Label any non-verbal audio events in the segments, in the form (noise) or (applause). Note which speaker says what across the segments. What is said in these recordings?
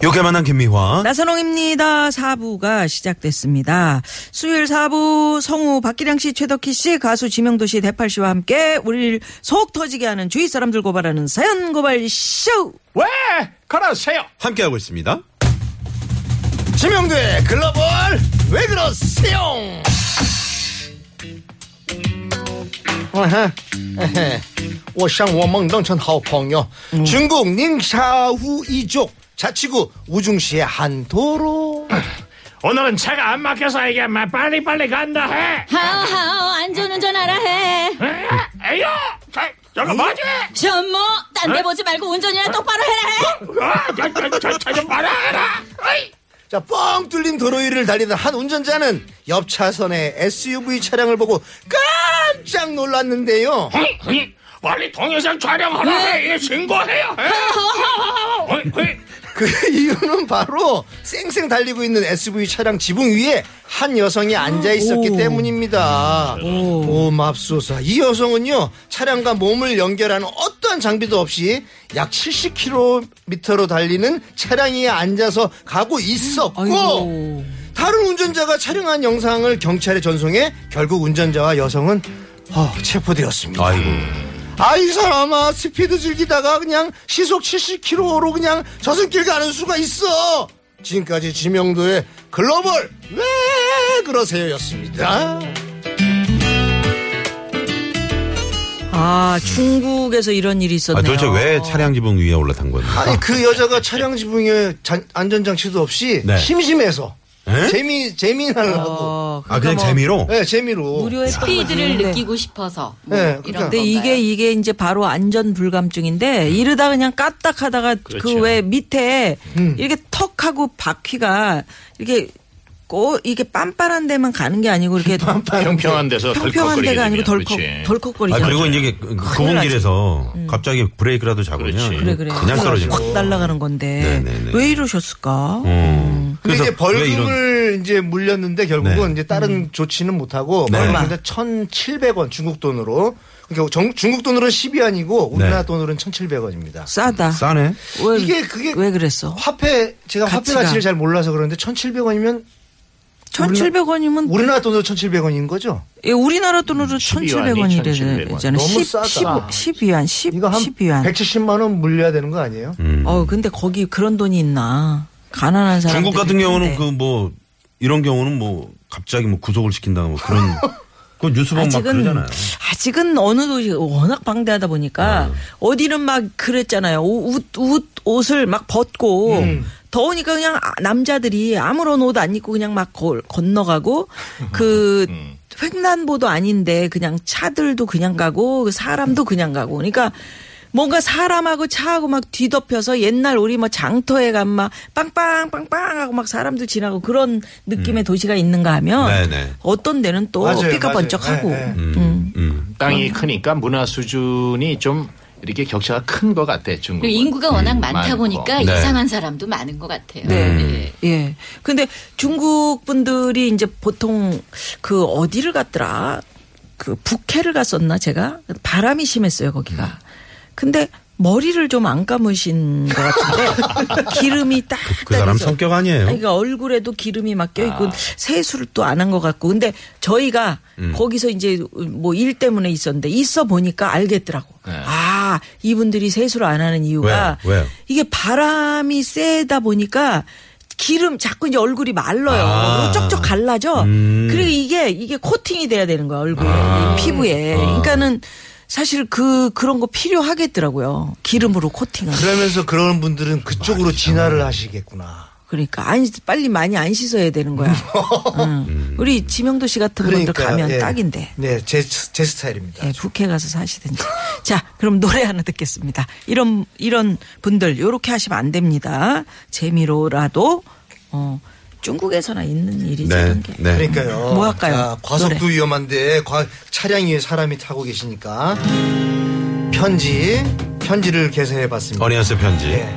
Speaker 1: 요게 만난 김미화.
Speaker 2: 네. 나선홍입니다. 4부가 시작됐습니다. 수요일 4부 성우 박기량 씨, 최덕희 씨, 가수 지명도 씨, 대팔 씨와 함께 우리를 속 터지게 하는 주위 사람들 고발하는 사연 고발 쇼.
Speaker 3: 왜 그러세요?
Speaker 1: 함께하고 있습니다.
Speaker 3: 지명도의 글로벌 왜 그러세요?我向我梦中成好朋友 중국 닝샤우 이족 자치구 우중시의 한 도로 오늘은 차가 안 막혀서 이게 막 빨리빨리 간다 해
Speaker 4: 하하오 안전운전 알아 해.
Speaker 3: 에이요 자, 저거 뭐지? 어,
Speaker 4: 전모 딴 데 보지 말고 운전이나 똑바로 해라 해.
Speaker 3: 저좀 말아라
Speaker 5: 자, 뻥 뚫린 도로 위를 달리던 한 운전자는 옆 차선의 SUV 차량을 보고 깜짝 놀랐는데요.
Speaker 3: 빨리 동영상 촬영하라
Speaker 4: 네.
Speaker 3: 해 이거 신고해요
Speaker 4: (laughs)
Speaker 3: 해
Speaker 5: 그 (laughs) 이유는 바로 쌩쌩 달리고 있는 SUV 차량 지붕 위에 한 여성이 앉아 있었기
Speaker 2: 오.
Speaker 5: 때문입니다. 오, 맙소사. 이 여성은요, 차량과 몸을 연결하는 어떠한 장비도 없이 약 70km로 달리는 차량 위에 앉아서 가고 있었고,
Speaker 4: 어.
Speaker 2: 아이고.
Speaker 5: 다른 운전자가 촬영한 영상을 경찰에 전송해 결국 운전자와 여성은 어, 체포되었습니다.
Speaker 1: 아이고.
Speaker 5: 아 이 사람아 스피드 즐기다가 그냥 시속 70km로 그냥 저승길 가는 수가 있어. 지금까지 지명도의 글로벌 왜 그러세요였습니다.
Speaker 2: 아, 중국에서 이런 일이
Speaker 1: 아,
Speaker 2: 있었네요.
Speaker 1: 도대체 왜 차량 지붕 위에 올라탄 겁니까?
Speaker 5: 아니 그 여자가 차량 지붕에 잔- 안전장치도 없이
Speaker 1: 네.
Speaker 5: 심심해서
Speaker 1: 에?
Speaker 5: 재미 재미나려고
Speaker 2: 어,
Speaker 1: 아, 그냥 재미로?
Speaker 5: 네, 재미로
Speaker 2: 무료했던
Speaker 4: 스피드를
Speaker 2: 거지. 네.
Speaker 4: 느끼고 싶어서 뭐
Speaker 5: 네,
Speaker 4: 이런
Speaker 5: 그러니까.
Speaker 4: 건가요?
Speaker 2: 근데 이게 이게 이제 바로 안전 불감증인데 이러다 그냥 까딱하다가 그 왜 밑에
Speaker 5: 음.
Speaker 2: 이렇게 턱하고 바퀴가 이렇게 꼬 이게 빤빤한 데만 가는 게 아니고 이렇게
Speaker 3: 평평한 데서
Speaker 2: 평평한 데가 아니고 덜컥
Speaker 3: 덜컥거리게 되면, 그치.
Speaker 2: 덜컥거리죠.
Speaker 1: 아, 그리고 이제 그- 그 좁은
Speaker 2: 나지.
Speaker 1: 길에서 갑자기 브레이크라도 잡으면
Speaker 3: 그렇지.
Speaker 2: 그래 그래
Speaker 1: 냥 떨어지고.
Speaker 2: 확 날아가는 건데
Speaker 1: 네네네.
Speaker 2: 왜 이러셨을까?
Speaker 1: 음.
Speaker 5: 근데 이제 벌금을 이제 물렸는데 결국은
Speaker 1: 네.
Speaker 5: 이제 다른
Speaker 2: 음.
Speaker 5: 조치는 못하고
Speaker 1: 네.
Speaker 5: 벌금 근데 1,700원 중국 돈으로 그러니까 정- 중국 돈으로는 10이 아니고 우리나라
Speaker 1: 네.
Speaker 5: 돈으로는 1,700원입니다.
Speaker 2: 싸다.
Speaker 1: 싸네.
Speaker 2: 왜,
Speaker 5: 이게 그게
Speaker 2: 왜 그랬어?
Speaker 5: 화폐 제가 화폐
Speaker 2: 가치가.
Speaker 5: 가치를 잘 몰라서 그러는데 1,700원이면
Speaker 2: 1,700원이면 예,
Speaker 5: 우리나라 돈으로 1,700원인 거죠?
Speaker 2: 우리나라 돈으로 1,700원이
Speaker 3: 1700 원.
Speaker 2: 되잖아요.
Speaker 5: 너무 싸다.
Speaker 2: 12위안 10,
Speaker 5: 이거 한
Speaker 2: 12위안.
Speaker 5: 170만 원 물려야 되는 거 아니에요?
Speaker 1: 음.
Speaker 2: 어 근데 거기 그런 돈이 있나? 가난한 사람
Speaker 1: 중국 같은
Speaker 2: 네.
Speaker 1: 경우는 그 뭐 이런 경우는 뭐 갑자기 뭐 구속을 시킨다는 뭐 그런 그 뉴스 보면 막
Speaker 2: 아직은
Speaker 1: 그러잖아요.
Speaker 2: 아직은 어느 도시 워낙 방대하다
Speaker 1: 네.
Speaker 2: 보니까 어디는 막 그랬잖아요. 옷, 옷 옷을 막 벗고
Speaker 1: 음.
Speaker 2: 더우니까 그냥 아- 남자들이 아무런 옷 안 입고 그냥 막 걸- 건너가고
Speaker 1: (laughs)
Speaker 2: 그
Speaker 1: 음.
Speaker 2: 횡단보도 아닌데 그냥 차들도 그냥 가고 그 사람도 그냥 가고 그러니까 뭔가 사람하고 차하고 막 뒤덮여서 옛날 우리 뭐 장터에 간막 빵빵 빵빵하고 막 사람들 지나고 그런 느낌의 도시가 있는가 하면
Speaker 1: 음. 네네.
Speaker 2: 어떤 데는 또
Speaker 5: 맞아요, 맞아요.
Speaker 2: 삐까번쩍하고
Speaker 5: 예, 예.
Speaker 1: 음, 음.
Speaker 6: 땅이 크니까 문화 수준이 좀 이렇게 격차가 큰 것 같아 중국.
Speaker 4: 그리고 인구가 워낙 많다
Speaker 6: 많고.
Speaker 4: 보니까
Speaker 1: 네.
Speaker 4: 이상한 사람도 많은 것 같아요
Speaker 2: 네.
Speaker 4: 네.
Speaker 2: 예. 근데 중국 분들이 이제 보통 그 어디를 갔더라? 그 북해를 갔었나 제가? 바람이 심했어요,
Speaker 5: 음.
Speaker 2: 거기가. 근데 머리를 좀 안 감으신 것
Speaker 5: (laughs)
Speaker 2: 같은데 기름이 딱.
Speaker 1: 그 사람
Speaker 2: 따라서.
Speaker 1: 성격 아니에요? 아.
Speaker 2: 아니, 그러니까 얼굴에도 기름이 막 껴있고 세수를 또 안 한 것 같고. 근데 저희가
Speaker 1: 음.
Speaker 2: 거기서 이제 뭐 일 때문에 있었는데 있어 보니까 알겠더라고. 아, 이분들이 세수를 안 하는 이유가
Speaker 1: 네. 왜요? 왜요?
Speaker 2: 이게 바람이 세다 보니까 기름 자꾸 이제 얼굴이 말라요.
Speaker 1: 아.
Speaker 2: 쪽쪽 갈라져.
Speaker 1: 음. 아.
Speaker 2: 그리고 이게 이게 코팅이 돼야 되는 거야 얼굴에 이 피부에. 그러니까는 사실 그 그런 거 필요하겠더라고요. 기름으로 코팅을.
Speaker 5: 그러면서 그런 분들은 그쪽으로 진화를 하시겠구나.
Speaker 2: 그러니까 안 씻- 빨리 많이 안 씻어야
Speaker 1: (laughs)
Speaker 2: 되는 거야. 응.
Speaker 1: 음.
Speaker 2: 우리 지명도 씨 같은 그 분들 가면
Speaker 5: 예.
Speaker 2: 딱인데.
Speaker 5: 네, 제, 제 스타일입니다.
Speaker 2: 예, 북해 가서 사시든지. (laughs) 자, 그럼 노래 하나 듣겠습니다. 이런 이런 분들 요렇게 하시면 안 됩니다. 재미로라도 어 중국에서나 있는 일이죠.
Speaker 1: 네,
Speaker 2: 이런 게.
Speaker 1: 네.
Speaker 5: 그러니까요.
Speaker 2: 뭐 할까요?
Speaker 5: 자, 과속도
Speaker 2: 노래.
Speaker 5: 위험한데 과- 차량 위에 사람이 타고 계시니까 편지 편지를 개세해봤습니다.
Speaker 1: 어니언스 편지.
Speaker 5: 예.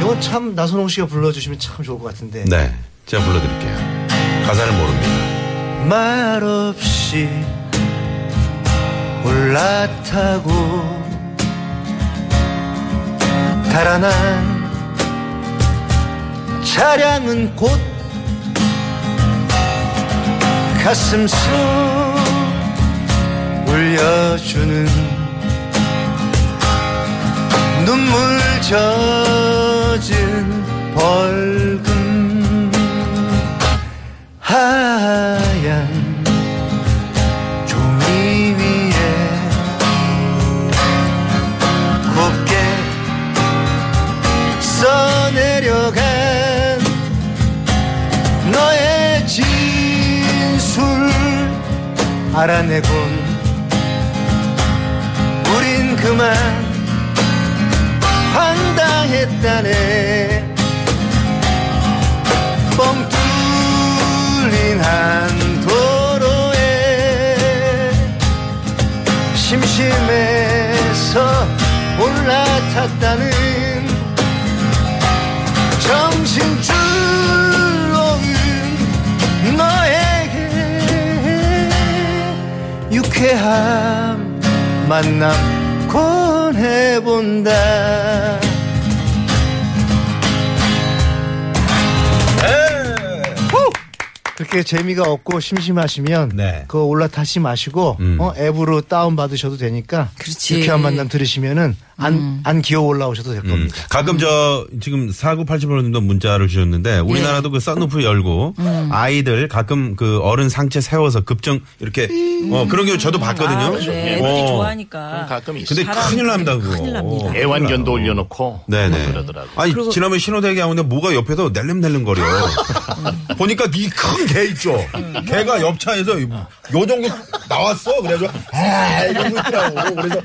Speaker 5: 이건 참 나선홍 씨가 불러주시면 참 좋을 것 같은데.
Speaker 1: 네. 제가 불러드릴게요. 가사를 모릅니다.
Speaker 5: 말 없이 올라타고 달아난 차량은 곧 가슴 속 울려주는 눈물 젖은 벌금 하얀 종이 위에 곱게 써내려간 너의 진술 알아내곤 우린 그만 황당했다네 뻥 뚫린 한 도로에 심심해서 올라탔다는 정신줄 놓은 너에게 유쾌함 만남 권해본다
Speaker 1: 네.
Speaker 5: 그렇게 재미가 없고 심심하시면
Speaker 1: 네.
Speaker 5: 그거 올라타시 마시고
Speaker 1: 음.
Speaker 5: 어, 앱으로 다운 받으셔도 되니까
Speaker 2: 그렇지. 음.
Speaker 5: 유쾌한 만남 들으시면은 안 안 기어 올라오셔도 될
Speaker 1: 음.
Speaker 5: 겁니다.
Speaker 1: 가끔 저 지금 4980번님도 문자를 주셨는데
Speaker 2: 네.
Speaker 1: 우리나라도 그 썬루프 열고
Speaker 2: 음.
Speaker 1: 아이들 가끔 그 어른 상체 세워서 급정 이렇게 어 그런 경우 저도 봤거든요.
Speaker 2: 아, 네. 애들이
Speaker 1: 어.
Speaker 2: 좋아하니까.
Speaker 6: 가끔 있어.
Speaker 1: 근데
Speaker 2: 사람
Speaker 1: 큰일 납니다 그거.
Speaker 2: 큰일 납니다.
Speaker 6: 애완견도 올려놓고
Speaker 1: 네네.
Speaker 6: 그러더라고.
Speaker 1: 아니 지난번 신호대기 하는데 뭐가 옆에서 낼름낼름 거려.
Speaker 2: 음.
Speaker 1: (laughs) 보니까 이 큰 개 있죠. 개가 옆차에서 이- 요 정도 나왔어. 그래가지고 아 이러고 있더라고. 그래서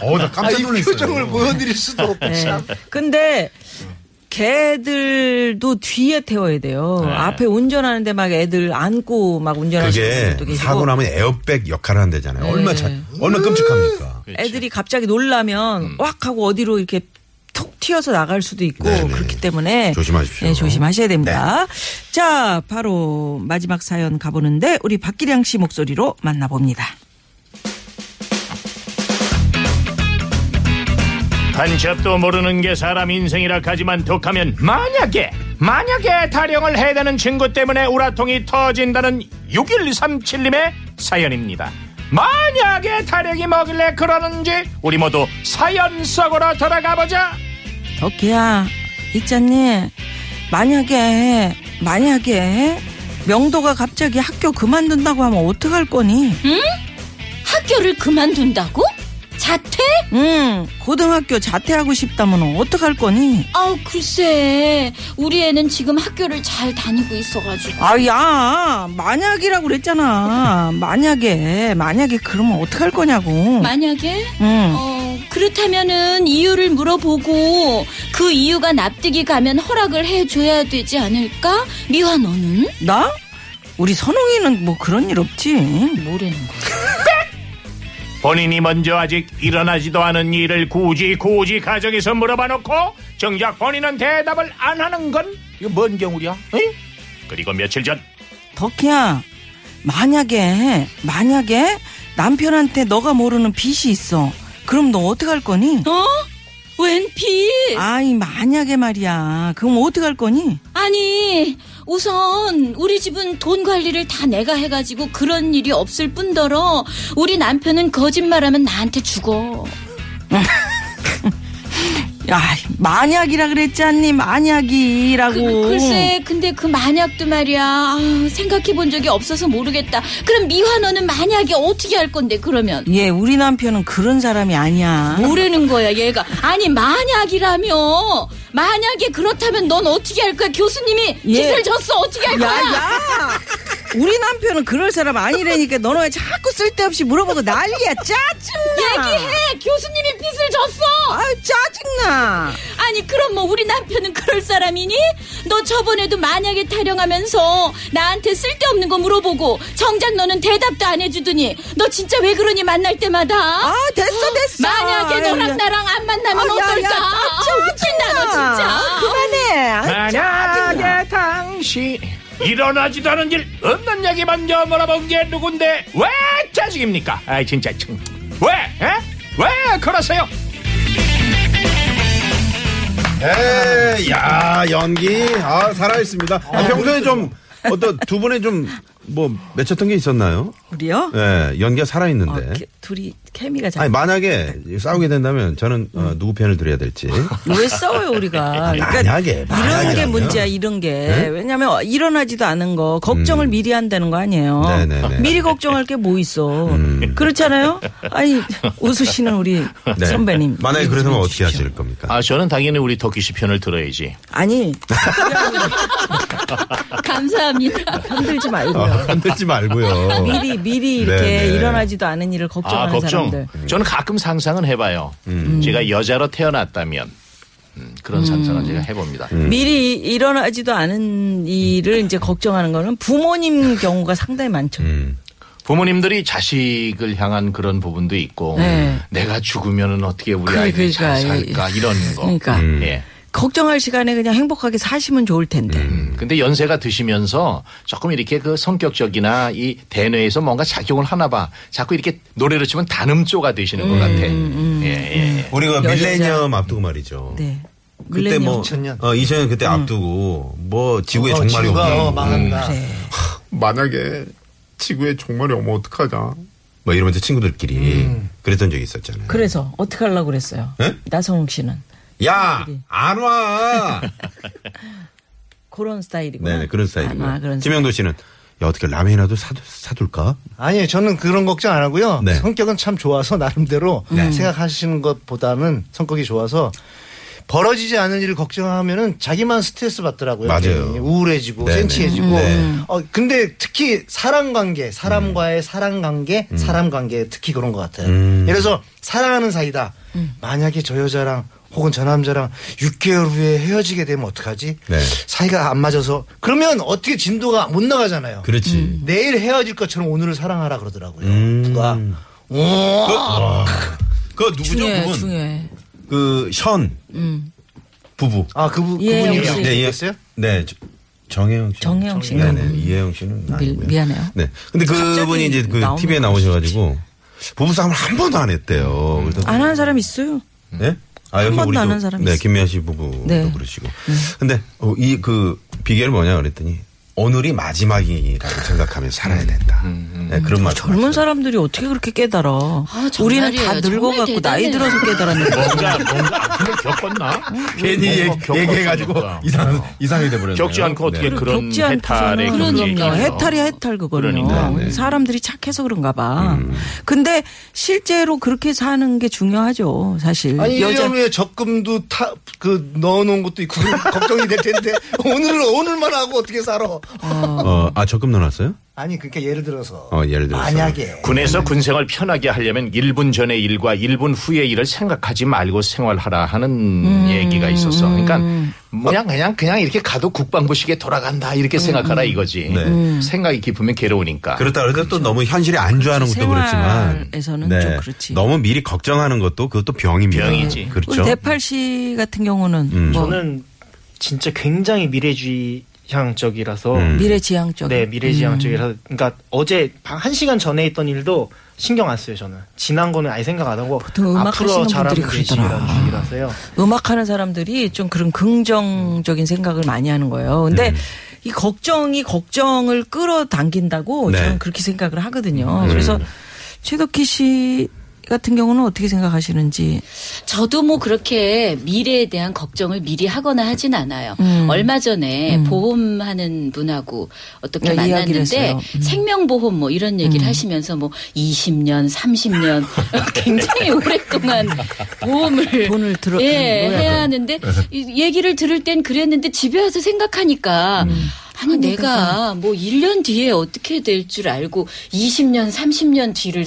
Speaker 1: 어나 깜짝
Speaker 5: 아, 이
Speaker 1: 놀랐어요.
Speaker 5: 표정을 보여드릴 수도 없고
Speaker 2: 네.
Speaker 5: 참.
Speaker 2: 근데 개들도 뒤에 태워야 돼요.
Speaker 6: 네.
Speaker 2: 앞에 운전하는데 막 애들 안고 막 운전하시는
Speaker 1: 그게
Speaker 2: 분들도 네, 그렇죠. 계시고. 네.
Speaker 1: 사고 나면 에어백 역할을 한대잖아요. 얼마 차, 얼마 끔찍합니까?
Speaker 2: 애들이 갑자기 놀라면 왁 하고 어디로 이렇게 툭 튀어서 나갈 수도 있고
Speaker 1: 음. 네네.
Speaker 2: 그렇기 때문에
Speaker 1: 조심하십시오. 네.
Speaker 2: 네, 조심하셔야 됩니다. 자, 바로 마지막 사연 가보는데 우리 박기량 씨 목소리로 만나봅니다.
Speaker 3: 간첩도 모르는 게 사람 인생이라 하지만 독하면 만약에 만약에 타령을 해대는 친구 때문에 우라통이 터진다는 6137님의 사연입니다. 만약에 타령이 뭐길래 그러는지 우리 모두 사연 속으로 돌아가 보자.
Speaker 2: 덕기야, 있잖니. 만약에, 만약에 명도가 갑자기 학교 그만둔다고 하면 어떡할 거니?
Speaker 4: 학교를 그만둔다고? 자퇴?
Speaker 2: 응, 고등학교 자퇴하고 싶다면 어떡할 거니?
Speaker 4: 아우 글쎄 우리 애는 지금 학교를 잘 다니고 있어가지고
Speaker 2: 아, 야, 만약이라고 그랬잖아. 만약에, 만약에 그러면 어떡할 거냐고.
Speaker 4: 만약에
Speaker 2: 응.
Speaker 4: 어, 그렇다면은 이유를 물어보고 그 이유가 납득이 가면 허락을 해줘야 되지 않을까? 미화 너는?
Speaker 2: 나? 우리 선홍이는 뭐 그런 일 없지.
Speaker 4: 뭐라는 거야?
Speaker 3: 본인이 먼저 아직 일어나지도 않은 일을 굳이 굳이 가정에서 물어봐 놓고 정작 본인은 대답을 안 하는 건 이거 뭔 경우야? 그리고 며칠 전
Speaker 2: 덕희야, 만약에, 만약에 남편한테 너가 모르는 빚이 있어. 그럼 너 어떡할 거니?
Speaker 4: 어? 웬 비?
Speaker 2: 아이, 만약에 말이야. 그럼 어떡할 거니?
Speaker 4: 아니 우선 우리 집은 돈 관리를 다 내가 해가지고 그런 일이 없을 뿐더러 우리 남편은 거짓말하면 나한테 죽어
Speaker 2: 야, 만약이라 그랬지 않니? 만약이라고.
Speaker 4: 그, 글쎄 근데 그 만약도 말이야 아, 생각해 본 적이 없어서 모르겠다 그럼 미화 너는 만약에 어떻게 할 건데 그러면
Speaker 2: 예, 우리 남편은 그런 사람이 아니야.
Speaker 4: 모르는 거야 얘가 아니 만약이라며 만약에 그렇다면 넌 어떻게 할 거야 교수님이
Speaker 2: 예.
Speaker 4: 기술 졌어 어떻게 할
Speaker 2: 야,
Speaker 4: 거야
Speaker 2: 야! 우리 남편은 그럴 사람 아니라니까 너는 왜 자꾸 쓸데없이 물어보고 난리야. 짜증나.
Speaker 4: 얘기해 교수님이 빚을 졌어
Speaker 2: 아, 짜증나.
Speaker 4: 아니 그럼 뭐 우리 남편은 그럴 사람이니 너 저번에도 만약에 타령하면서 나한테 쓸데없는 거 물어보고 정작 너는 대답도 안 해주더니 너 진짜 왜 그러니 만날 때마다
Speaker 2: 아, 됐어, 됐어.
Speaker 4: 만약에
Speaker 2: 아유,
Speaker 4: 너랑
Speaker 2: 야.
Speaker 4: 나랑 안
Speaker 2: 아,
Speaker 4: 만나면
Speaker 2: 야,
Speaker 4: 어떨까
Speaker 2: 야, 아, 짜증나.
Speaker 4: 웃긴다 너
Speaker 2: 아,
Speaker 4: 진짜
Speaker 2: 그만해. 아,
Speaker 3: 만약에 당신 일어나지도 않은 일 없는 얘기 먼저 물어본 게 누군데 왜 짜증입니까? 아이 진짜 참. 왜? 에? 왜 그러세요?
Speaker 1: 에이, 야, 연기. 아, 살아있습니다. 아, 평소에 좀, 어떤 두 분의 좀, 뭐, 맺혔던 게 있었나요?
Speaker 2: 우리요?
Speaker 1: 예, 연기가
Speaker 2: 어,
Speaker 1: 살아있는데.
Speaker 2: 개- 둘이 케미가 잘.
Speaker 1: 아니, 만약에 싸우게 된다면 저는
Speaker 2: 음.
Speaker 1: 어, 누구 편을 들어야
Speaker 2: (laughs)
Speaker 1: 될지.
Speaker 2: 왜 싸워요
Speaker 1: (laughs)
Speaker 2: 우리가? 그러니까
Speaker 1: 만약에, 만약에
Speaker 2: 이런 게
Speaker 1: 하면.
Speaker 2: 문제야 이런 게
Speaker 1: 네? 음.
Speaker 2: 왜냐하면 일어나지도 않은 거 걱정을 미리 한다는 거 아니에요.
Speaker 1: 네네네. 음.
Speaker 2: 미리 걱정할 게 뭐 있어? 그렇잖아요. 아니 웃으시는 우리
Speaker 1: (laughs) 네.
Speaker 2: 선배님.
Speaker 1: 만약에
Speaker 2: 얘기 좀
Speaker 1: 그러면 어떻게
Speaker 2: 해주십시오.
Speaker 1: 하실 겁니까?
Speaker 6: 아 저는 당연히 우리 터키 씨 편을 들어야지.
Speaker 2: 아니
Speaker 4: 감사합니다
Speaker 2: 흔들지 말고
Speaker 1: 어,
Speaker 2: 요
Speaker 1: 흔들지 말고요.
Speaker 2: 아, 미리 미리 이렇게
Speaker 1: 네, 네.
Speaker 2: 일어나지도 않은 일을
Speaker 6: 아
Speaker 2: 걱정하는
Speaker 6: 걱정.
Speaker 2: 사람들.
Speaker 6: 저는 가끔 상상은 해봐요.
Speaker 3: 음.
Speaker 6: 제가 여자로 태어났다면 음, 그런 상상을 제가 해봅니다.
Speaker 3: 음.
Speaker 1: 음.
Speaker 2: 미리 일어나지도 않은 일을 이제 걱정하는 거는 부모님 경우가 상당히 많죠.
Speaker 1: 음.
Speaker 6: 부모님들이 자식을 향한 그런 부분도 있고
Speaker 2: 네.
Speaker 6: 내가 죽으면은 어떻게 우리
Speaker 2: 그래,
Speaker 6: 아이들이 잘 살까
Speaker 2: 그러니까.
Speaker 6: 이런 거.
Speaker 2: 그러니까.
Speaker 3: 음.
Speaker 6: 예.
Speaker 2: 걱정할 시간에 그냥 행복하게 사시면 좋을 텐데.
Speaker 1: 음.
Speaker 6: 음, 근데 연세가 드시면서 조금 이렇게 그 성격적이나 이 대뇌에서 뭔가 작용을 하나 봐. 자꾸 이렇게 노래로 치면 단음조가 되시는 것 같아. 예, 예, 예.
Speaker 1: 우리가
Speaker 2: 여자.
Speaker 1: 밀레니엄 앞두고 말이죠.
Speaker 2: 네.
Speaker 1: 그때
Speaker 2: 밀레니엄. 음.
Speaker 1: 뭐,
Speaker 5: 2000년.
Speaker 1: 어, 2000년 그때 앞두고, 뭐, 지구에
Speaker 5: 어,
Speaker 1: 정말이
Speaker 5: 지구가, 어,
Speaker 1: 없고.
Speaker 5: 망한다.
Speaker 7: 만약에 지구에 종말이 오면 어떡하냐.
Speaker 1: 뭐 이러면서 친구들끼리 그랬던 적이 있었잖아요.
Speaker 2: 음. 그래서 어떻게 하려고 그랬어요?
Speaker 1: 예?
Speaker 2: 나성욱 씨는
Speaker 1: 야, 안
Speaker 2: (laughs)
Speaker 1: 와.
Speaker 2: 그런 스타일이고.
Speaker 1: 네네, 그런 스타일이고요.
Speaker 2: 아, 그런 스타일.
Speaker 1: 지명도 씨는 야, 어떻게 라면이라도 사, 사둘까?
Speaker 5: 아니 저는 그런 걱정 안 하고요.
Speaker 1: 네.
Speaker 5: 성격은 참 좋아서 나름대로 생각하시는 것보다는 성격이 좋아서 벌어지지 않은 일을 걱정하면은 자기만 스트레스 받더라고요.
Speaker 1: 맞아요.
Speaker 5: 괜히 우울해지고
Speaker 1: 네네.
Speaker 5: 센치해지고.
Speaker 1: 네.
Speaker 5: 어 근데 특히 사람 관계, 사람과의 사람 관계, 사람 관계 특히 그런 것 같아요.
Speaker 1: 음.
Speaker 5: 그래서 사랑하는 사이다. 만약에 저 여자랑 혹은 저 남자랑 6개월 후에 헤어지게 되면 어떡하지?
Speaker 1: 네.
Speaker 5: 사이가 안 맞아서 그러면 어떻게 진도가 못 나가잖아요.
Speaker 1: 그렇지.
Speaker 5: 음. 내일 헤어질 것처럼 오늘을 사랑하라 그러더라고요.
Speaker 1: 음.
Speaker 5: 누가 어?
Speaker 1: 그, 와. 그 누구죠?
Speaker 2: 중요해, 음.
Speaker 1: 그분.
Speaker 2: 중요해.
Speaker 1: 그, 션. 부부.
Speaker 5: 아 그분
Speaker 2: 예,
Speaker 5: 그분이요?
Speaker 2: 혹시-
Speaker 1: 예.
Speaker 5: 있어요?
Speaker 1: 네. 저- 정혜영 씨.
Speaker 2: 정혜영 씨인가?
Speaker 1: 네네. 이혜영 씨는
Speaker 2: 미-
Speaker 1: 아니고요.
Speaker 2: 미안해요.
Speaker 1: 네. 근데 그분이
Speaker 2: 갑자기
Speaker 1: 이제 그
Speaker 2: 나오면
Speaker 1: TV에
Speaker 2: 그럴
Speaker 1: 나오셔가지고 부부싸움을 한 번도 안 했대요. 그래서
Speaker 2: 안 하는 사람 있어요.
Speaker 1: 네? 아,
Speaker 2: 한
Speaker 1: 여기
Speaker 2: 번도
Speaker 1: 우리
Speaker 2: 안
Speaker 1: 또
Speaker 2: 한 사람이
Speaker 1: 네,
Speaker 2: 있어요.
Speaker 1: 김미아 씨 부부도
Speaker 2: 네.
Speaker 1: 그러시고. 근데 어, 이그 비결 뭐냐 그랬더니 오늘이 마지막이라고 생각하면
Speaker 2: 음,
Speaker 1: 살아야 된다. 네, 그런 말.
Speaker 2: 아, 젊은 사람들이 어떻게 그렇게 깨달아?
Speaker 4: 정말이에요.
Speaker 2: 우리는 다 늙어갖고
Speaker 4: 정말
Speaker 2: 나이
Speaker 4: 대단해요.
Speaker 2: 들어서
Speaker 6: (laughs)
Speaker 2: 깨달았는데.
Speaker 6: 뭔가 뭔가 아픔을 겪었나?
Speaker 1: 괜히 얘,
Speaker 6: 뭐 겪었으니까.
Speaker 1: 얘기해가지고 이상
Speaker 2: 어.
Speaker 1: 이상이 돼버렸네요.
Speaker 6: 겪지 않고 어떻게
Speaker 1: 네.
Speaker 6: 그런
Speaker 2: 겪지 않고서는-
Speaker 6: 해탈의 경지에
Speaker 2: 그럼요.
Speaker 6: 이르러.
Speaker 2: 해탈이 해탈 그거는요.
Speaker 6: 그러니까,
Speaker 2: 우리 사람들이 착해서 그런가 봐. 근데 실제로 그렇게 사는 게 중요하죠, 사실.
Speaker 5: 아니
Speaker 2: 여자-
Speaker 5: 1년 후에 적금도 타 그 넣어놓은 것도 있고 (laughs) 걱정이 될 텐데 오늘은 오늘만 하고 어떻게 살아?
Speaker 1: 어, 아 적금 넣어놨어요?
Speaker 5: 아니 그러니까 예를 들어서
Speaker 1: 어, 예를 들어서.
Speaker 5: 만약에
Speaker 6: 군에서 군생활 편하게 하려면 1분 전의 일과 1분 후의 일을 생각하지 말고 생활하라 하는
Speaker 2: 음,
Speaker 6: 얘기가 있었어. 그러니까 그냥 그냥 그냥 이렇게 가도 국방부식에 돌아간다 이렇게 생각하라
Speaker 2: 음.
Speaker 6: 이거지.
Speaker 1: 네.
Speaker 6: 생각이 깊으면 괴로우니까.
Speaker 1: 그렇다 그래서 또 너무 현실에 안주하는 것도 그렇지만
Speaker 2: 그렇죠.
Speaker 1: 네.
Speaker 2: 생활에서는 좀 그렇지.
Speaker 1: 너무 미리 걱정하는 것도 그것도 병입니다.
Speaker 6: 병이지.
Speaker 1: 그렇죠.
Speaker 2: 우리 대팔 씨 같은 경우는 뭐
Speaker 8: 저는 진짜 굉장히 미래주의향적이라서
Speaker 1: 음.
Speaker 2: 미래지향적. 음.
Speaker 8: 네 미래지향적이라서 그러니까 어제 바- 한 시간 전에 있던 일도 신경 안 써요 저는 지난 거는 아예 생각 안 하고
Speaker 2: 보통 음악
Speaker 8: 앞으로
Speaker 2: 하시는
Speaker 8: 잘하면
Speaker 2: 분들이
Speaker 8: 되지 이런
Speaker 2: 그러더라.
Speaker 8: 주의라서요
Speaker 2: 음악하는 사람들이 좀 그런 긍정적인 생각을 많이 하는 거예요. 근데
Speaker 1: 네.
Speaker 2: 이 걱정이 걱정을 끌어당긴다고
Speaker 1: 네. 음.
Speaker 2: 저는 그렇게 생각을 하거든요. 그래서 최덕희 씨 같은 경우는 어떻게 생각하시는지.
Speaker 4: 저도 뭐 그렇게 미래에 대한 걱정을 미리 하거나 하진 않아요.
Speaker 2: 음.
Speaker 4: 얼마 전에 보험하는 분하고 어떻게
Speaker 2: 네, 이야기를
Speaker 4: 만났는데
Speaker 2: 했어요. 음.
Speaker 4: 생명보험 뭐 이런 얘기를 하시면서 뭐
Speaker 2: (laughs)
Speaker 4: 20년, 30년 (laughs) 굉장히 오랫동안 보험을
Speaker 2: 돈을 들어-
Speaker 4: 예,
Speaker 2: 음, 뭐야,
Speaker 4: 해야 하는데 이 얘기를 들을 땐 그랬는데 집에 와서 생각하니까
Speaker 2: 음.
Speaker 4: 아니 내가 뭐 1년 뒤에 어떻게 될 줄 알고 20년, 30년 뒤를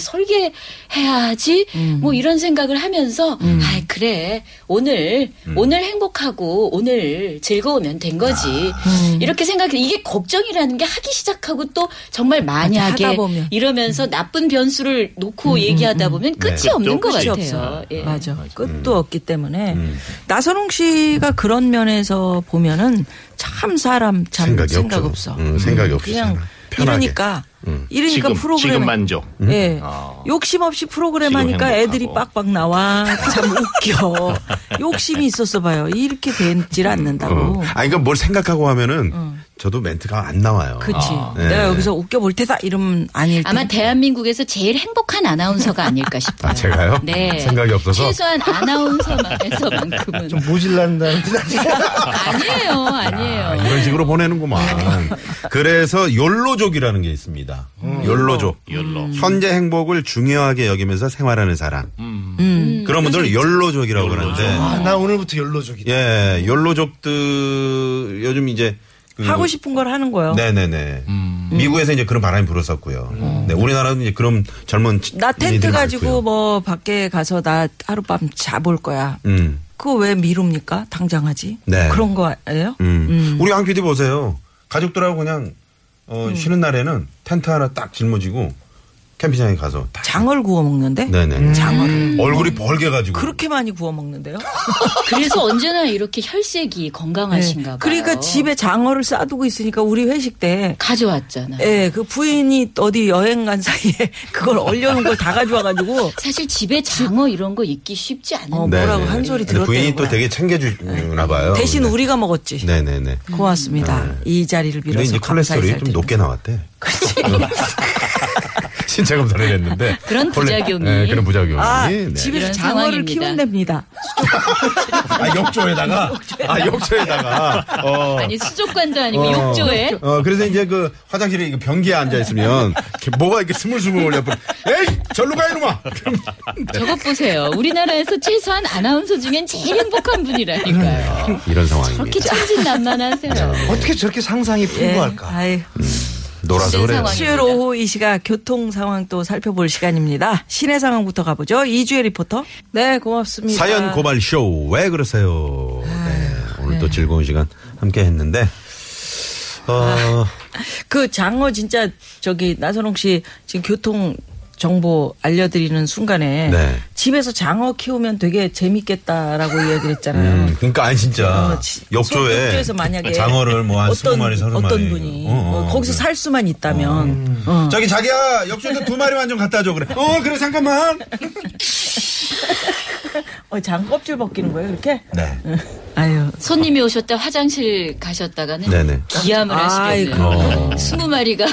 Speaker 4: 설계해야지
Speaker 2: 음.
Speaker 4: 뭐 이런 생각을 하면서 아이 그래 오늘
Speaker 2: 음.
Speaker 4: 오늘 행복하고 오늘 즐거우면 된 거지
Speaker 2: 아. 음.
Speaker 4: 이렇게 생각해 이게 걱정이라는 게 하기 시작하고 또 정말
Speaker 2: 하다
Speaker 4: 만약에
Speaker 2: 보면.
Speaker 4: 이러면서 나쁜 변수를
Speaker 2: 음,
Speaker 4: 놓고 얘기하다 보면 끝이 없는 것
Speaker 2: 네. 끝이
Speaker 4: 같아요.
Speaker 2: 없어.
Speaker 4: 예.
Speaker 2: 맞아. 끝도
Speaker 1: 음.
Speaker 2: 없기 때문에 나선홍 씨가 그런 면에서 보면은 참 사람 참
Speaker 1: 생각이
Speaker 2: 생각
Speaker 1: 없죠.
Speaker 2: 없어.
Speaker 1: 음, 생각이 없이
Speaker 2: 그냥
Speaker 1: 생각. 편하게. 음.
Speaker 2: 이러니까 이러니까
Speaker 6: 지금
Speaker 2: 프로그램
Speaker 6: 지금 만족.
Speaker 2: 예.
Speaker 1: 아.
Speaker 6: 어.
Speaker 2: 욕심 없이 프로그램
Speaker 6: 지금
Speaker 2: 하니까
Speaker 6: 행복하고.
Speaker 2: 애들이 빡빡 나와. 참 웃겨. 욕심이 있었어 봐요. 이렇게 되질 않는다고.
Speaker 1: 어. 아니 그러니까 뭘 생각하고 하면은 저도 멘트가 안 나와요.
Speaker 2: 어. 그치.
Speaker 1: 네.
Speaker 2: 내가 여기서 웃겨볼 테다. 이러면 아닐 텐데.
Speaker 4: 아마 대한민국에서 제일 행복한
Speaker 1: (laughs)
Speaker 4: 아나운서가 아닐까 싶어요.
Speaker 1: 아, 제가요?
Speaker 4: 네.
Speaker 1: 생각이 없어서?
Speaker 4: 최소한 아나운서에서만큼은
Speaker 5: 좀 모질란다는 듯
Speaker 4: (laughs) 아니에요,
Speaker 1: 아,
Speaker 4: 아니에요.
Speaker 1: 이런 식으로 보내는구만. (laughs) 그래서 욜로족이라는 게 있습니다. 음. 욜로족. 음.
Speaker 6: 욜로.
Speaker 1: 현재 행복을 중요하게 여기면서 생활하는 사람. 음.
Speaker 2: 음.
Speaker 1: 그런 분들을 욜로족이라고 그러는데,
Speaker 5: 아, 나 오늘부터 연로족이다.
Speaker 1: 예, 욜로족들 요즘 이제 그-
Speaker 2: 하고 싶은 걸 하는 거예요.
Speaker 1: 네네네. 미국에서 이제 그런 바람이 불었었고요. 네, 우리나라도 이제 그런 젊은 치-
Speaker 2: 나 텐트
Speaker 1: 분들이
Speaker 2: 가지고
Speaker 1: 많고요.
Speaker 2: 뭐 밖에 가서 나 하룻밤 자볼 거야.
Speaker 1: 음.
Speaker 2: 그거 왜 미룹니까? 당장 하지.
Speaker 1: 네.
Speaker 2: 그런 거예요?
Speaker 1: 음. 우리 양 PD 보세요. 가족들하고 그냥
Speaker 2: 음.
Speaker 1: 어, 쉬는 날에는 텐트 하나 딱 짊어지고 캠핑장에 가서 딱-
Speaker 2: 장어를 구워 먹는데?
Speaker 1: 네네.
Speaker 4: 음.
Speaker 1: 음.
Speaker 2: 장어를.
Speaker 1: 얼굴이 벌게 가지고
Speaker 2: 음. 그렇게 많이 구워 먹는데요?
Speaker 4: 그래서 언제나 이렇게 혈색이
Speaker 2: 네.
Speaker 4: 건강하신가 봐요.
Speaker 2: 그러니까 집에 장어를 싸두고 있으니까 우리 회식 때
Speaker 4: 가져왔잖아. 요
Speaker 2: 예, 그 부인이 어디 여행 간 사이에 (laughs) 그걸 얼려놓은 걸
Speaker 1: (laughs)
Speaker 2: 다 가져와가지고
Speaker 4: 사실 집에 장어 이런 거 있기 쉽지
Speaker 2: 어,
Speaker 4: 않은데.
Speaker 1: 네네.
Speaker 2: 뭐라고 한 소리
Speaker 1: 근데 부인이
Speaker 2: 들었대요.
Speaker 1: 또 되게 챙겨주나 봐요.
Speaker 2: 대신
Speaker 1: 네.
Speaker 2: 우리가 먹었지.
Speaker 1: 네네네.
Speaker 2: 고맙습니다. 이 자리를
Speaker 1: 근데
Speaker 2: 빌어서
Speaker 1: 이제
Speaker 2: 감사의
Speaker 1: 콜레스테롤이
Speaker 2: 사
Speaker 1: 좀
Speaker 2: 드
Speaker 1: 높게 나왔대. (laughs) 신체 검사를
Speaker 2: (laughs)
Speaker 1: 했는데
Speaker 4: 그런 부작용이.
Speaker 1: 네, 그런 부작용이
Speaker 2: 아,
Speaker 1: 네.
Speaker 2: 집에서
Speaker 4: 이런
Speaker 2: 장어를
Speaker 4: 상황입니다.
Speaker 2: 키운답니다.
Speaker 1: 아,
Speaker 2: (laughs)
Speaker 1: 욕조에다가 아 욕조에다가 어.
Speaker 4: 아니 수족관도 아니고
Speaker 1: 어.
Speaker 4: 욕조에
Speaker 1: 어, 그래서 이제 그 화장실에 이거 변기에 앉아있으면 이렇게 뭐가 이렇게 스물스물 올려보 에이! 절로 가, 이놈아! 그럼
Speaker 4: 저것 보세요. 우리나라에서 최소한 아나운서 중엔 제일 행복한 분이라니까요.
Speaker 1: (laughs) 이런 상황입니다. 네.
Speaker 4: 이렇게 천진난만하세요.
Speaker 5: 어떻게 저렇게 상상이 풍부할까?
Speaker 2: 예. 아유,
Speaker 1: 음. 놀아서 그래요.
Speaker 4: 상황이-
Speaker 2: 수요일 오후 이 시각 교통 상황 또 살펴볼 시간입니다. 시내 상황부터 가보죠. 이주혜 리포터. 네, 고맙습니다.
Speaker 1: 사연 고발 쇼, 왜 그러세요? 네, 오늘 또 즐거운 시간 함께 했는데, 어,
Speaker 2: 그 장어 진짜 저기 나선홍 씨 지금 교통 정보 알려드리는 순간에
Speaker 1: 네.
Speaker 2: 집에서 장어 키우면 되게 재밌겠다라고 이야기를 했잖아요.
Speaker 1: 음, 그러니까 아니 진짜
Speaker 2: 어, 지-
Speaker 1: 욕조에,
Speaker 2: 욕조에서 만약에
Speaker 1: 장어를 뭐 한
Speaker 2: 어떤
Speaker 1: 20마리, 30마리 네.
Speaker 2: 어떤 분이 어, 거기서 살 수만 있다면
Speaker 1: 음.
Speaker 2: 어.
Speaker 1: 저기 자기야 역주에서 두 마리만 좀 갖다 줘 그래. 어 그래 잠깐만.
Speaker 2: 어, 장 껍질 벗기는 거예요 이렇게?
Speaker 1: 네.
Speaker 2: (laughs) 아유
Speaker 4: 손님이 오셨다 화장실 가셨다가는
Speaker 1: 네네.
Speaker 4: 기함을 하시겠네요.
Speaker 2: 아이고.
Speaker 1: 어.
Speaker 4: 스무 마리가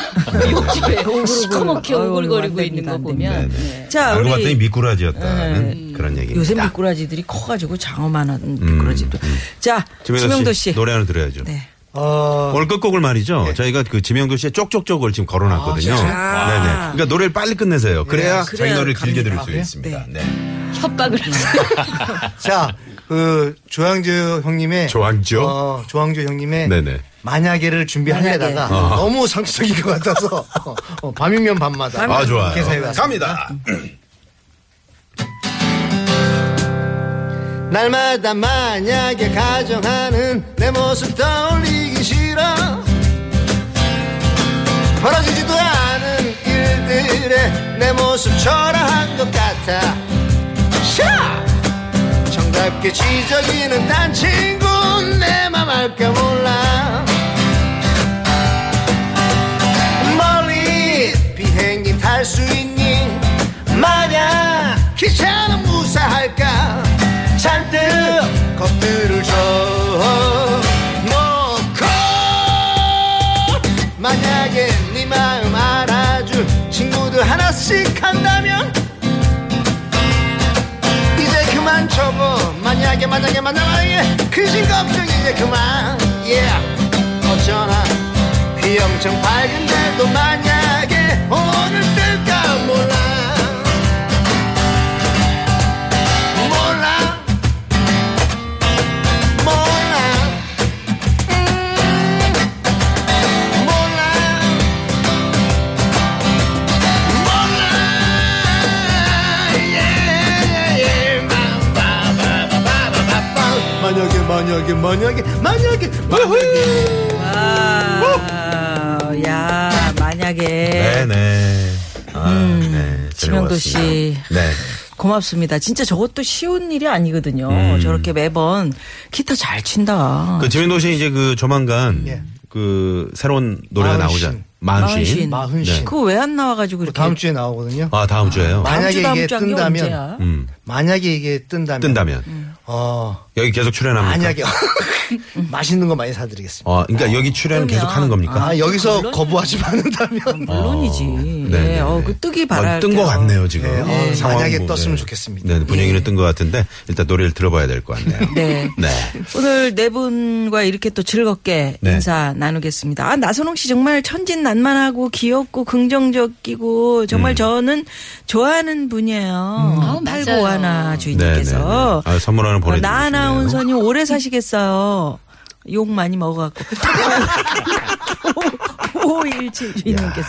Speaker 4: 욕조에 시커멓게
Speaker 2: 아이고,
Speaker 4: 오글거리고
Speaker 2: 안
Speaker 4: 있는
Speaker 2: 됩니다,
Speaker 4: 거
Speaker 2: 안
Speaker 4: 보면
Speaker 1: 됩니다.
Speaker 4: 네.
Speaker 2: 자
Speaker 1: 알고 봤더니
Speaker 2: 우리
Speaker 1: 네. 미꾸라지였다는 그런 얘기입니다. 음,
Speaker 2: 요새 미꾸라지들이 커가지고 장어만한 미꾸라지도. 자 지명도 씨.
Speaker 1: 노래 하나 들어야죠.
Speaker 2: 네.
Speaker 5: 어,
Speaker 1: 오늘 끝곡을 말이죠. 저희가 그 지명도 씨의 쪽쪽쪽을 지금 걸어놨거든요.
Speaker 2: 아, 진짜?
Speaker 1: 네네. 그러니까 노래를 빨리 끝내세요. 그래야
Speaker 2: 네,
Speaker 1: 저희
Speaker 2: 그래야
Speaker 1: 노래를 길게 들을
Speaker 2: 갑니다.
Speaker 1: 수
Speaker 2: 네.
Speaker 1: 있습니다. 네.
Speaker 4: 협박을 하세요.
Speaker 5: 자, 그 조양조 형님의
Speaker 1: 조항조?
Speaker 5: 어, 조항조 형님의
Speaker 1: 네네. 아.
Speaker 5: 만약에를 준비하려다가
Speaker 1: 만약에.
Speaker 5: 너무 상투적인 것 같아서 어, 어, 밤이면 밤마다
Speaker 1: 아 좋아요.
Speaker 5: 계산해 봤습니다.
Speaker 1: 갑니다.
Speaker 5: 날마다 만약에 가정하는 내 모습 떠올리기 싫어 벌어지지도 않은 일들에 내 모습 초라한 것 같아 샤! 정답게 지저귀는 난 친구 내맘 알까 몰라 멀리 비행기 탈 수 있니 만약 기차는 무사할까 잔뜩 겁들을 줘놓고 만약에 네 마음 알아줄 친구들 하나씩 한다면 그만 쳐고 만약에 만약에 만약에 근심 걱정 이제 그만 예 어쩌나 비 엄청 밝은데도 만약에 오늘 뜰까 몰라 몰라 몰라 음, 몰라 만약에 만약에 만약에 만약에 만약에
Speaker 2: 아, 야, 만약에
Speaker 1: 네네. 아, 네.
Speaker 2: 음, 지명도 씨.
Speaker 1: 즐거웠습니다. 네.
Speaker 2: 고맙습니다. 진짜 저것도 쉬운 일이 아니거든요.
Speaker 1: 음.
Speaker 2: 저렇게 매번 기타 잘 친다.
Speaker 1: 그 지명도 씨 이제 그 조만간 그 새로운 노래가
Speaker 5: 예. 마흔 신.
Speaker 1: 나오잖아요. 마흔신.
Speaker 5: 마흔 신.
Speaker 2: 그거 왜 안 나와가지고 이렇게
Speaker 5: 다음 주에 나오거든요.
Speaker 1: 아 다음 주에요.
Speaker 5: 마-
Speaker 2: 다음
Speaker 5: 만약에
Speaker 2: 주, 다음
Speaker 5: 이게
Speaker 2: 주 한게
Speaker 5: 뜬다면.
Speaker 2: 언제야?
Speaker 1: 음.
Speaker 5: 만약에 이게 뜬다면
Speaker 1: 뜬다면
Speaker 2: 음.
Speaker 5: 어
Speaker 1: 여기 계속 출연합니까?
Speaker 5: 만약에
Speaker 1: 그러니까.
Speaker 5: (laughs) 맛있는 거 많이 사드리겠습니다.
Speaker 1: 어, 그러니까 여기 출연 계속 하는 겁니까?
Speaker 5: 아 여기서
Speaker 2: 그러니까.
Speaker 5: 거부하지 않는다면
Speaker 2: 물론이지.
Speaker 1: 네네네.
Speaker 2: 예, 어, 그 뜨기 바랄. 예.
Speaker 1: 뜬 것 같네요 지금.
Speaker 5: 네, 어,
Speaker 1: 네. 상황
Speaker 5: 만약에
Speaker 1: 보면.
Speaker 5: 떴으면 좋겠습니다.
Speaker 1: 네, 분위기는 뜬 것 같은데 일단 노래를 들어봐야 될 것 (laughs) 같네요.
Speaker 2: 네. 오늘 네 분과 이렇게 또 즐겁게
Speaker 1: 네.
Speaker 2: 인사 나누겠습니다. 아, 나선홍 씨 정말 천진난만하고 귀엽고 긍정적이고 정말
Speaker 1: 음.
Speaker 2: 저는 좋아하는 분이에요.
Speaker 4: 아우,
Speaker 2: 팔
Speaker 4: 맞아요.
Speaker 2: 고하나 주인님께서. 어,
Speaker 1: 네, 네, 네. 아, 선물 하나 보내드리고
Speaker 2: 나
Speaker 1: 싶네요.
Speaker 2: 아나운서님 오래 사시겠어요. 욕 많이 먹어갖고. (laughs) 5517 주인님께서.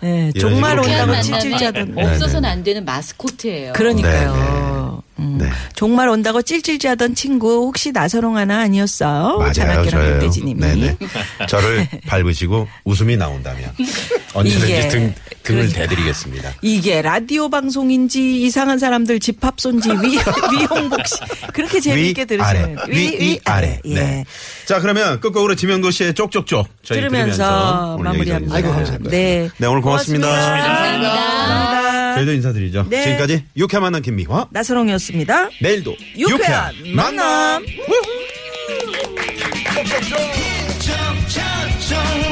Speaker 2: 네,
Speaker 1: 이런
Speaker 2: 정말
Speaker 1: 식으로
Speaker 2: 온다고
Speaker 1: 만남에
Speaker 2: 찔찔짜던.
Speaker 1: 네.
Speaker 4: 없어서는 안 되는 마스코트예요.
Speaker 2: 그러니까요. 음,
Speaker 1: 네.
Speaker 2: 정말 온다고 찔찔짜던 친구 혹시 나선홍 하나 아니었어?
Speaker 1: 맞아요,
Speaker 2: 자나깨나
Speaker 1: 저예요.
Speaker 2: 김대지님이.
Speaker 1: 네네.
Speaker 2: (laughs)
Speaker 1: 저를 밟으시고 웃음이 나온다면 언제든지
Speaker 2: 이게
Speaker 1: 등 등을
Speaker 2: 그러니까.
Speaker 1: 대드리겠습니다.
Speaker 2: 이게 라디오 방송인지 이상한 사람들 집합소인지
Speaker 1: (laughs)
Speaker 2: 위, 위홍복 씨 그렇게 재미있게 들으시는
Speaker 1: 위, 위, 아래.
Speaker 2: 예.
Speaker 1: 네. 자, 그러면 끝곡으로 지명도 씨의 쪽쪽쪽 저희 들으면서,
Speaker 2: 들으면서
Speaker 1: 오늘 여기서
Speaker 2: 마무리합니다.
Speaker 1: 인사드리도록
Speaker 2: 네.
Speaker 1: 네, 오늘 고맙습니다.
Speaker 2: 감사합니다.
Speaker 1: 저희도 인사드리죠.
Speaker 2: 네.
Speaker 1: 지금까지 유쾌한 만남 김미화.
Speaker 2: 나선홍이었습니다.
Speaker 1: 내일도
Speaker 2: 유쾌한 만남.
Speaker 1: 만남.
Speaker 5: 점, 점, 점.